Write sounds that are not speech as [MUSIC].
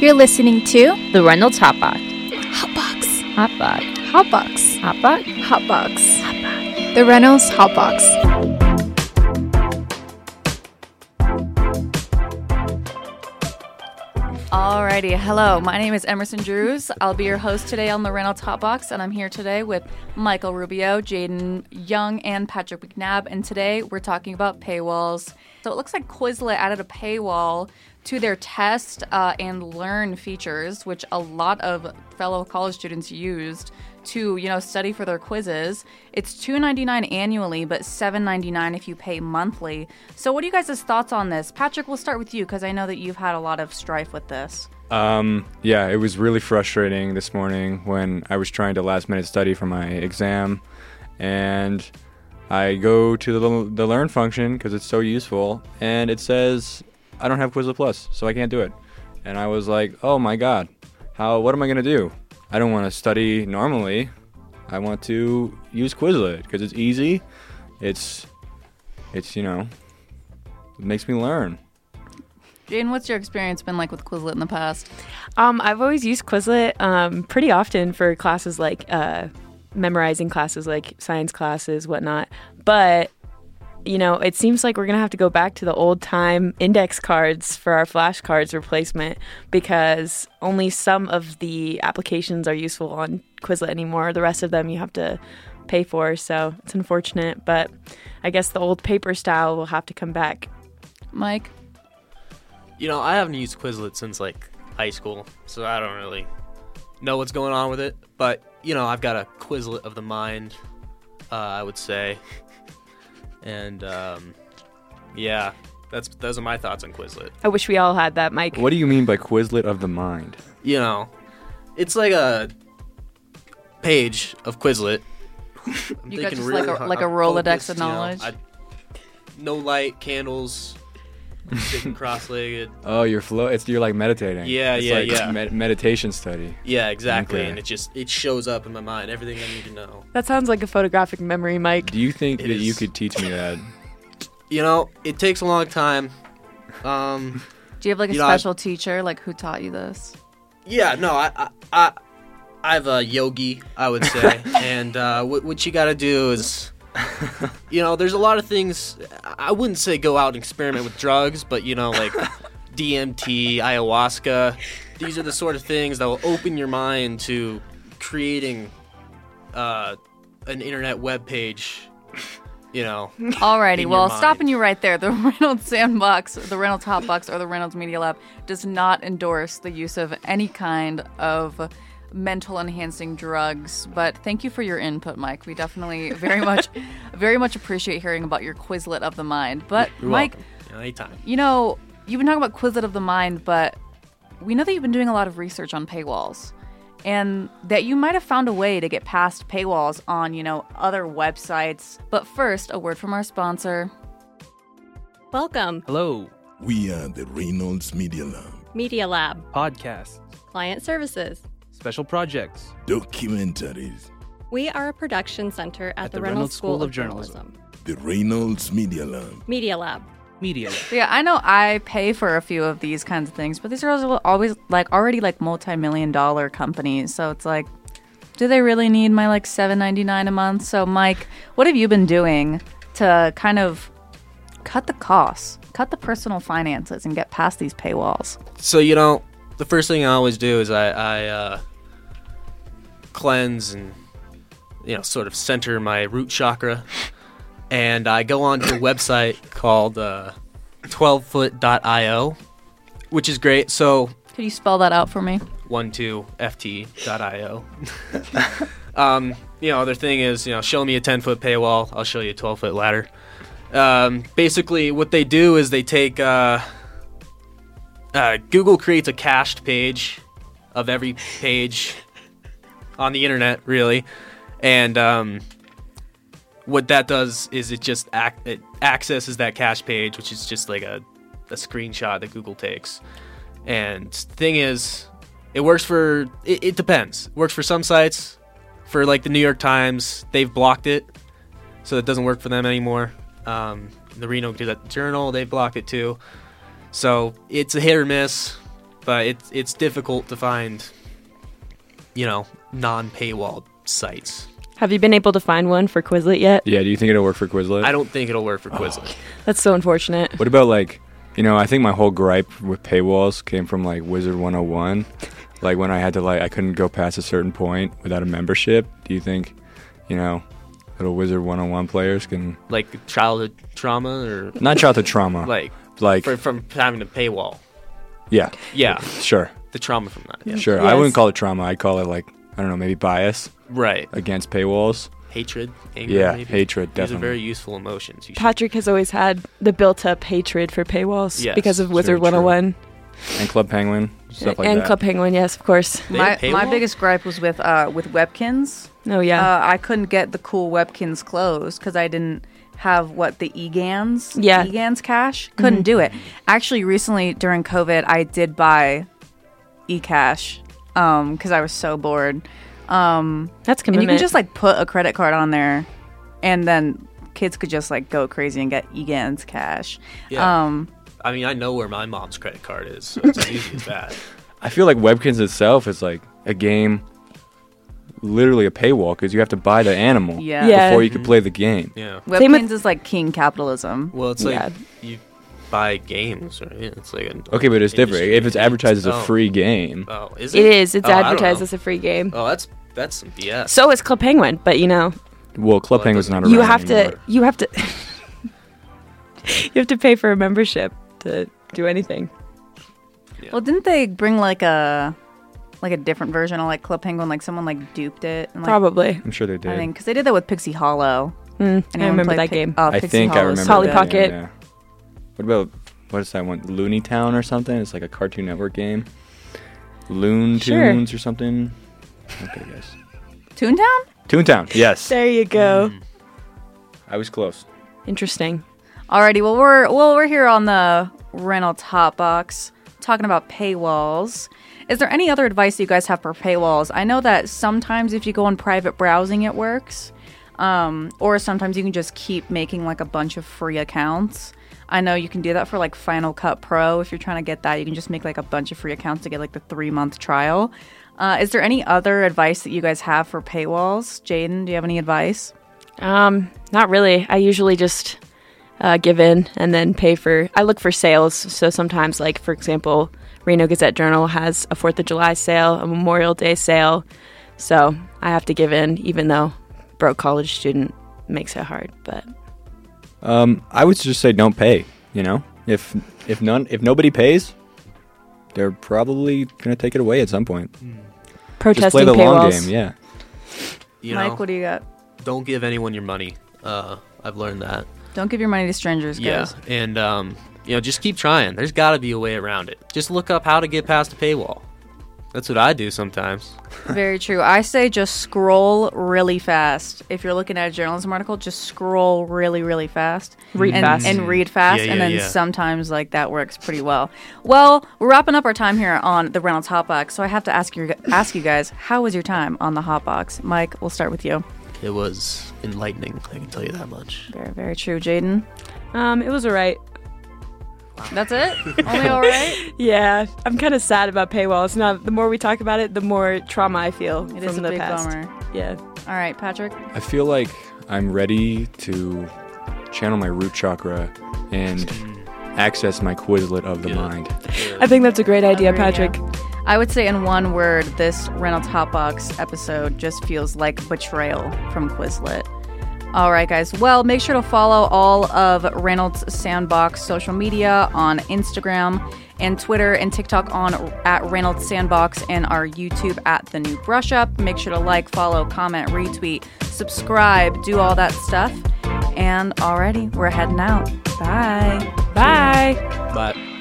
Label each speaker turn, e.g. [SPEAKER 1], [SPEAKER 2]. [SPEAKER 1] You're listening to
[SPEAKER 2] The Reynolds Hot Box.
[SPEAKER 1] Hotbox.
[SPEAKER 2] Hot Box.
[SPEAKER 1] Hotbox.
[SPEAKER 2] Hot Box.
[SPEAKER 1] Hotbox. The Reynolds Hotbox.
[SPEAKER 2] Alrighty. Hello. My name is Emerson Drews. I'll be your host today on The Reynolds Hot Box, and I'm here today with Michael Rubio, Jaden Young, and Patrick McNabb. And today we're talking about paywalls. So it looks like Quizlet added a paywall to their test uh, and learn features, which a lot of fellow college students used to you know study for their quizzes. It's $2.99 annually, but $7.99 if you pay monthly. So, what are you guys' thoughts on this? Patrick, we'll start with you because I know that you've had a lot of strife with this.
[SPEAKER 3] Um, yeah, it was really frustrating this morning when I was trying to last minute study for my exam, and I go to the, the learn function because it's so useful, and it says I don't have Quizlet Plus, so I can't do it. And I was like, oh my god, how? What am I gonna do? I don't want to study normally. I want to use Quizlet because it's easy. It's, it's you know, it makes me learn.
[SPEAKER 2] Jane, what's your experience been like with Quizlet in the past?
[SPEAKER 4] Um, I've always used Quizlet um, pretty often for classes like uh, memorizing classes, like science classes, whatnot. But you know, it seems like we're gonna have to go back to the old time index cards for our flashcards replacement because only some of the applications are useful on Quizlet anymore. The rest of them you have to pay for, so it's unfortunate. But I guess the old paper style will have to come back.
[SPEAKER 2] Mike?
[SPEAKER 5] You know, I haven't used Quizlet since like high school, so I don't really know what's going on with it. But you know, I've got a Quizlet of the mind, uh, I would say, [LAUGHS] and um, yeah, that's those are my thoughts on Quizlet.
[SPEAKER 4] I wish we all had that, Mike.
[SPEAKER 3] What do you mean by Quizlet of the mind?
[SPEAKER 5] You know, it's like a page of
[SPEAKER 2] [LAUGHS]
[SPEAKER 5] Quizlet. I'm
[SPEAKER 2] You got
[SPEAKER 5] thinking
[SPEAKER 2] just like a-
[SPEAKER 5] hard-
[SPEAKER 2] like a
[SPEAKER 5] I'm
[SPEAKER 2] Rolodex
[SPEAKER 5] focused,
[SPEAKER 2] of
[SPEAKER 5] you know,
[SPEAKER 2] knowledge?
[SPEAKER 5] I- no light, candles,
[SPEAKER 2] [LAUGHS]
[SPEAKER 5] sitting cross-legged.
[SPEAKER 3] Oh, you're flow. It's you're like meditating.
[SPEAKER 5] Yeah,
[SPEAKER 3] it's
[SPEAKER 5] yeah,
[SPEAKER 3] like
[SPEAKER 5] yeah.
[SPEAKER 3] Med- meditation study.
[SPEAKER 5] Yeah, exactly.
[SPEAKER 3] Okay.
[SPEAKER 5] And it just it shows up in my mind everything I need to know.
[SPEAKER 4] That sounds like a photographic memory, Mike.
[SPEAKER 3] Do you think
[SPEAKER 5] It
[SPEAKER 3] that you
[SPEAKER 5] is.
[SPEAKER 3] could teach me that?
[SPEAKER 5] You know, it takes a long time. Um, [LAUGHS]
[SPEAKER 2] Do you have like a
[SPEAKER 5] You know, I-
[SPEAKER 2] special teacher, like who taught you this?
[SPEAKER 5] yeah, no, I, I, I, I have a yogi, I would say, and uh, what, what you got to do is, you know, there's a lot of things. I I wouldn't say go out and experiment with drugs, but you know, like DMT, ayahuasca. These are the sort of things that will open your mind to creating uh, an internet web page. You know,
[SPEAKER 2] [LAUGHS] Alrighty,
[SPEAKER 5] in your
[SPEAKER 2] well,
[SPEAKER 5] mind.
[SPEAKER 2] stopping you right there. The [LAUGHS] Reynolds Sandbox, the Reynolds Hotbox, or the Reynolds Media Lab does not endorse the use of any kind of mental enhancing drugs. But thank you for your input, Mike. We definitely very much,
[SPEAKER 5] [LAUGHS]
[SPEAKER 2] very much appreciate hearing about your Quizlet of the mind. But
[SPEAKER 5] You're
[SPEAKER 2] Mike,
[SPEAKER 5] welcome. You know, anytime.
[SPEAKER 2] you know, you've been talking about Quizlet of the mind, but we know that you've been doing a lot of research on paywalls and that you might have found a way to get past paywalls on, you know, other websites. But first, a word from our sponsor.
[SPEAKER 6] Welcome,
[SPEAKER 7] Hello,
[SPEAKER 8] We are the Reynolds Media Lab,
[SPEAKER 6] Media Lab,
[SPEAKER 7] podcasts,
[SPEAKER 6] Client Services.
[SPEAKER 7] special projects.
[SPEAKER 8] documentaries.
[SPEAKER 6] We are a production center at, the, Reynolds, School, of Journalism.
[SPEAKER 8] The Reynolds Media Lab.
[SPEAKER 6] Media Lab.
[SPEAKER 7] Media.
[SPEAKER 2] So yeah, I know I pay for a few of these kinds of things, but these are also always like already like multi-million dollar companies. So it's like, do they really need my like seven ninety nine a month? So Mike, what have you been doing to kind of cut the costs, cut the personal finances, and get past these paywalls?
[SPEAKER 5] So you know, the first thing I always do is I, I uh, cleanse and you know sort of center my root chakra, and I go onto a website called uh, 12foot.io, which is great. So
[SPEAKER 2] Could you spell that out for me?
[SPEAKER 5] one two ft.io. [LAUGHS] um, you know, their thing is, you know, show me a ten foot paywall, I'll show you a twelve foot ladder. Um, basically, what they do is they take uh, uh, Google creates a cached page of every page on the internet, really, and um, what that does is it just ac- it accesses that cache page, which is just like a a screenshot that Google takes. And thing is, it works for it, it depends. It works for some sites. For like the New York Times, they've blocked it, so it doesn't work for them anymore. Um, the Reno Gazette Journal, they blocked it too. So it's a hit or miss. but it's it's difficult to find, you know, non-paywall sites.
[SPEAKER 4] Have you been able to find one for Quizlet yet?
[SPEAKER 3] Yeah, do you think it'll work for Quizlet?
[SPEAKER 5] I don't think it'll work for Quizlet.
[SPEAKER 4] That's so unfortunate.
[SPEAKER 3] What about like, you know, I think my whole gripe with paywalls came from like Wizard 101. Like when I had to like I couldn't go past a certain point without a membership. Do you think, you know, little Wizard 101 players can
[SPEAKER 5] Like childhood trauma or
[SPEAKER 3] not childhood trauma?
[SPEAKER 5] like
[SPEAKER 3] like
[SPEAKER 5] for, from having a paywall.
[SPEAKER 3] yeah,
[SPEAKER 5] Yeah,
[SPEAKER 3] sure.
[SPEAKER 5] the trauma from that. Yeah.
[SPEAKER 3] Sure. I
[SPEAKER 4] Yes.
[SPEAKER 3] wouldn't call it trauma. I'd call it like I don't know, maybe bias
[SPEAKER 5] Right.
[SPEAKER 3] against paywalls.
[SPEAKER 5] Hatred, anger.
[SPEAKER 3] Yeah,
[SPEAKER 5] maybe.
[SPEAKER 3] hatred,
[SPEAKER 5] These are
[SPEAKER 3] definitely.
[SPEAKER 5] very useful emotions. You should-
[SPEAKER 4] Patrick has always had the built-up hatred for paywalls
[SPEAKER 5] Yes,
[SPEAKER 4] because of
[SPEAKER 3] very
[SPEAKER 4] Wizard
[SPEAKER 3] true.
[SPEAKER 4] 101
[SPEAKER 3] And Club Penguin, stuff like
[SPEAKER 4] and
[SPEAKER 3] that.
[SPEAKER 4] Club Penguin. Yes, of course.
[SPEAKER 5] They
[SPEAKER 2] my,
[SPEAKER 5] have
[SPEAKER 2] my
[SPEAKER 5] paywalls?
[SPEAKER 2] biggest gripe was with uh, with Webkins.
[SPEAKER 4] Oh yeah,
[SPEAKER 2] Uh, I couldn't get the cool Webkins clothes because I didn't have what the EGANs,
[SPEAKER 4] Yeah. Mm-hmm.
[SPEAKER 2] EGANs cash. Couldn't do it. Actually, recently during COVID, I did buy eCash because I was so bored. Um,
[SPEAKER 4] that's
[SPEAKER 2] and you
[SPEAKER 4] commitment.
[SPEAKER 2] can just like put a credit card on there, and then kids could just like go crazy and get EGANs cash.
[SPEAKER 5] Yeah.
[SPEAKER 2] Um,
[SPEAKER 5] I mean, I know where my mom's credit card is. So it's as easy as
[SPEAKER 3] [LAUGHS]
[SPEAKER 5] that.
[SPEAKER 3] I feel like Webkins itself is like a game, literally a paywall because you have to buy the animal
[SPEAKER 2] yeah.
[SPEAKER 4] Yeah.
[SPEAKER 3] before you can play the game.
[SPEAKER 5] Yeah.
[SPEAKER 4] Same with-
[SPEAKER 2] Webkins is like king capitalism.
[SPEAKER 5] Well, it's like
[SPEAKER 4] Yeah.
[SPEAKER 5] you buy games, right? It's like an
[SPEAKER 3] Okay, but it's different.
[SPEAKER 5] industry.
[SPEAKER 3] If it's advertised as a
[SPEAKER 5] Oh.
[SPEAKER 3] free game,
[SPEAKER 5] Oh, is it?
[SPEAKER 4] it is. It's
[SPEAKER 5] Oh, I don't
[SPEAKER 4] advertised
[SPEAKER 5] know.
[SPEAKER 4] as a free game.
[SPEAKER 5] Oh, that's that's some
[SPEAKER 3] Uh,
[SPEAKER 5] BS.
[SPEAKER 4] So is Club Penguin, but you know,
[SPEAKER 3] well, Club
[SPEAKER 5] Well, it
[SPEAKER 3] Penguin's not
[SPEAKER 5] doesn't-
[SPEAKER 3] around.
[SPEAKER 4] you have to
[SPEAKER 3] anymore.
[SPEAKER 4] you have to [LAUGHS] you have to pay for a membership to do anything.
[SPEAKER 2] Well, didn't they bring like a like a different version of like Club Penguin? Like someone like duped it. And, like,
[SPEAKER 4] Probably.
[SPEAKER 3] I'm sure they did.
[SPEAKER 2] I think because they did that with Pixie Hollow.
[SPEAKER 4] Mm, I
[SPEAKER 2] Anyone
[SPEAKER 4] remember
[SPEAKER 2] play
[SPEAKER 4] that
[SPEAKER 2] Pi-
[SPEAKER 4] game.
[SPEAKER 2] Oh,
[SPEAKER 3] I
[SPEAKER 2] Pixie
[SPEAKER 3] think I
[SPEAKER 2] Hollow is
[SPEAKER 3] remember.
[SPEAKER 2] so
[SPEAKER 4] Polly
[SPEAKER 2] good.
[SPEAKER 3] that
[SPEAKER 4] Pocket.
[SPEAKER 3] game, yeah. What about what is that one? Looney Town or something? It's like a Cartoon Network game. Loon
[SPEAKER 4] Sure.
[SPEAKER 3] Tunes or something. Okay, guys.
[SPEAKER 2] Toontown.
[SPEAKER 3] Toontown. Yes,
[SPEAKER 4] There you go.
[SPEAKER 3] Mm. I was close.
[SPEAKER 4] Interesting.
[SPEAKER 2] Alrighty. Well, we're well we're here on the rental top box talking about paywalls. Is there any other advice you guys have for paywalls? I know that sometimes if you go on private browsing, it works. Um, or sometimes you can just keep making like a bunch of free accounts. I know you can do that for like Final Cut Pro. If you're trying to get that, you can just make like a bunch of free accounts to get like the three month trial. Uh, is there any other advice that you guys have for paywalls? Jaden, do you have any advice?
[SPEAKER 4] Um, not really. I usually just uh, give in and then pay for. I look for sales. So sometimes, like for example, Reno Gazette Journal has a Fourth of July sale, a Memorial Day sale. So I have to give in, even though broke college student makes it hard. But
[SPEAKER 3] Um, I would just say don't pay. You know, if if none if nobody pays, they're probably gonna take it away at some point. Just play
[SPEAKER 4] protesting
[SPEAKER 3] the long
[SPEAKER 4] paywalls.
[SPEAKER 3] game. Yeah.
[SPEAKER 5] You know,
[SPEAKER 2] Mike, what do you got?
[SPEAKER 5] don't give anyone your money. Uh, I've learned that.
[SPEAKER 2] Don't give your money to strangers,
[SPEAKER 5] Yeah,
[SPEAKER 2] guys.
[SPEAKER 5] and um, you know, just keep trying. There's got to be a way around it. Just look up how to get past a paywall. That's what I do sometimes.
[SPEAKER 2] Very true. I say just scroll really fast. If you're looking at a journalism article, just scroll really, really fast.
[SPEAKER 4] Read
[SPEAKER 2] and,
[SPEAKER 4] fast.
[SPEAKER 2] And read fast.
[SPEAKER 5] Yeah,
[SPEAKER 2] and
[SPEAKER 5] yeah,
[SPEAKER 2] then
[SPEAKER 5] yeah.
[SPEAKER 2] sometimes, like, that works pretty well. Well, we're wrapping up our time here on the Reynolds Hotbox. So I have to ask you, ask you guys, how was your time on the Hotbox? Mike, we'll start with you.
[SPEAKER 5] It was enlightening. I can tell you that much.
[SPEAKER 2] Very, very true. Jaden?
[SPEAKER 4] Um, it was alright.
[SPEAKER 2] That's it? Only all [LAUGHS] right?
[SPEAKER 4] Yeah, I'm kind of sad about paywalls. Now, the more we talk about it, the more trauma I feel
[SPEAKER 2] It
[SPEAKER 4] from
[SPEAKER 2] is a
[SPEAKER 4] the
[SPEAKER 2] big
[SPEAKER 4] past.
[SPEAKER 2] bummer.
[SPEAKER 4] Yeah.
[SPEAKER 2] All right, Patrick.
[SPEAKER 3] I feel like I'm ready to channel my root chakra and access my Quizlet of the
[SPEAKER 5] Yeah.
[SPEAKER 3] mind.
[SPEAKER 4] I think that's a great idea,
[SPEAKER 2] Over to you.
[SPEAKER 4] Patrick.
[SPEAKER 2] I would say, in one word, this Reynolds Hotbox episode just feels like betrayal from Quizlet. All right, guys. Well, make sure to follow all of Reynolds Sandbox social media on Instagram and Twitter and TikTok on at Reynolds Sandbox and our YouTube at The New Brush Up. Make sure to like, follow, comment, retweet, subscribe, do all that stuff. And alrighty, we're heading out. Bye.
[SPEAKER 4] Bye.
[SPEAKER 5] But